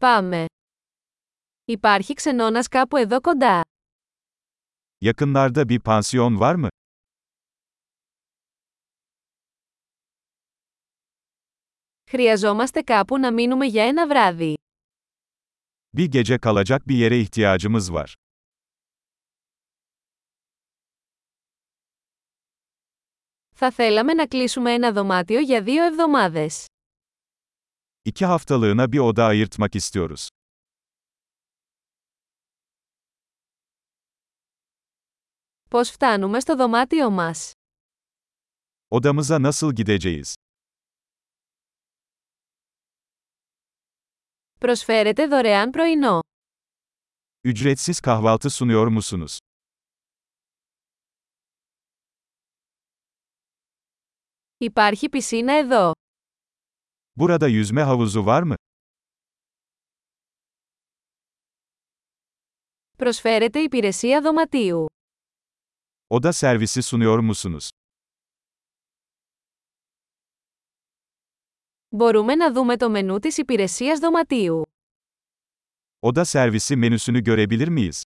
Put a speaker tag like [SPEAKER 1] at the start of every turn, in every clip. [SPEAKER 1] Πάμε. Υπάρχει ξενώνας κάπου εδώ κοντά.
[SPEAKER 2] Yakınlarda bir pansiyon var mı?
[SPEAKER 1] Χρειαζόμαστε κάπου να μείνουμε για ένα βράδυ.
[SPEAKER 2] Bir gece kalacak bir yere ihtiyacımız var.
[SPEAKER 1] Θα θέλαμε να κλείσουμε ένα δωμάτιο για δύο εβδομάδες.
[SPEAKER 2] İki haftalığına bir oda ayırtmak istiyoruz.
[SPEAKER 1] Πώς φτάνουμε στο δωμάτιο μας.
[SPEAKER 2] Odamıza nasıl gideceğiz?
[SPEAKER 1] Προσφέρετε δωρεάν πρωινό.
[SPEAKER 2] Ücretsiz kahvaltı sunuyor musunuz?
[SPEAKER 1] Υπάρχει πισίνα εδώ.
[SPEAKER 2] Burada yüzme havuzu var mı?
[SPEAKER 1] Προσφέρετε υπηρεσία δωματίου.
[SPEAKER 2] Oda servisi sunuyor musunuz?
[SPEAKER 1] Μπορούμε να δούμε το μενού της υπηρεσίας δωματίου.
[SPEAKER 2] Oda servisi menüsünü görebilir miyiz?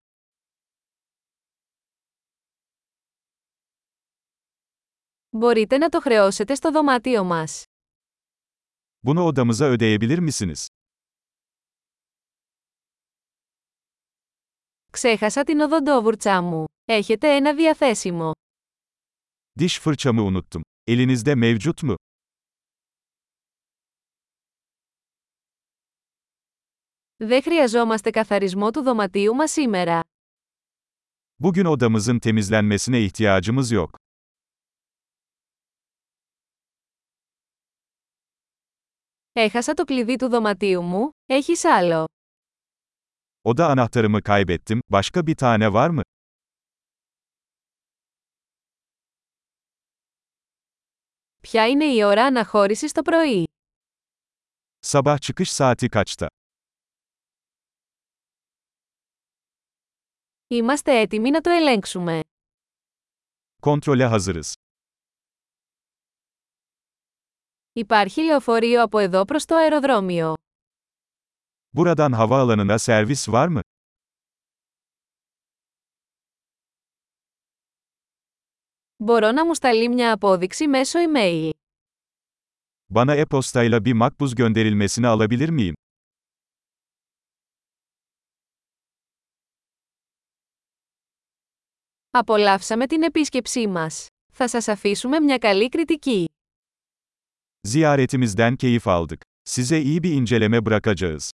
[SPEAKER 1] Μπορείτε να το χρεώσετε στο δωμάτιο μας.
[SPEAKER 2] Bunu odamıza ödeyebilir misiniz?
[SPEAKER 1] Ξέχασα την οδοντόβουρτσά μου. Έχετε ένα διαθέσιμο.
[SPEAKER 2] Diş fırçamı unuttum. Elinizde mevcut mu?
[SPEAKER 1] Δεν χρειαζόμαστε καθαρισμό του δωματίου μας σήμερα.
[SPEAKER 2] Bugün odamızın temizlenmesine ihtiyacımız yok.
[SPEAKER 1] Έχασα το κλειδί του δωματίου μου, έχεις άλλο.
[SPEAKER 2] Oda anahtarımı kaybettim. Başka bir tane var mı?
[SPEAKER 1] Ποια είναι η ώρα αναχώρησης το πρωί.
[SPEAKER 2] Sabah çıkış saati kaçta?
[SPEAKER 1] Είμαστε έτοιμοι να το ελέγξουμε.
[SPEAKER 2] Kontrole hazırız.
[SPEAKER 1] Υπάρχει λεωφορείο από εδώ προς το αεροδρόμιο.
[SPEAKER 2] Buradan havaalanına servis var mı?
[SPEAKER 1] Μπορώ να μου σταλεί μια απόδειξη μέσω email.
[SPEAKER 2] Bana e-postayla bir makbuz gönderilmesini alabilir miyim?
[SPEAKER 1] Απολαύσαμε την επίσκεψή μας. Θα σας αφήσουμε μια καλή κριτική.
[SPEAKER 2] Ziyaretimizden keyif aldık. Size iyi bir inceleme bırakacağız.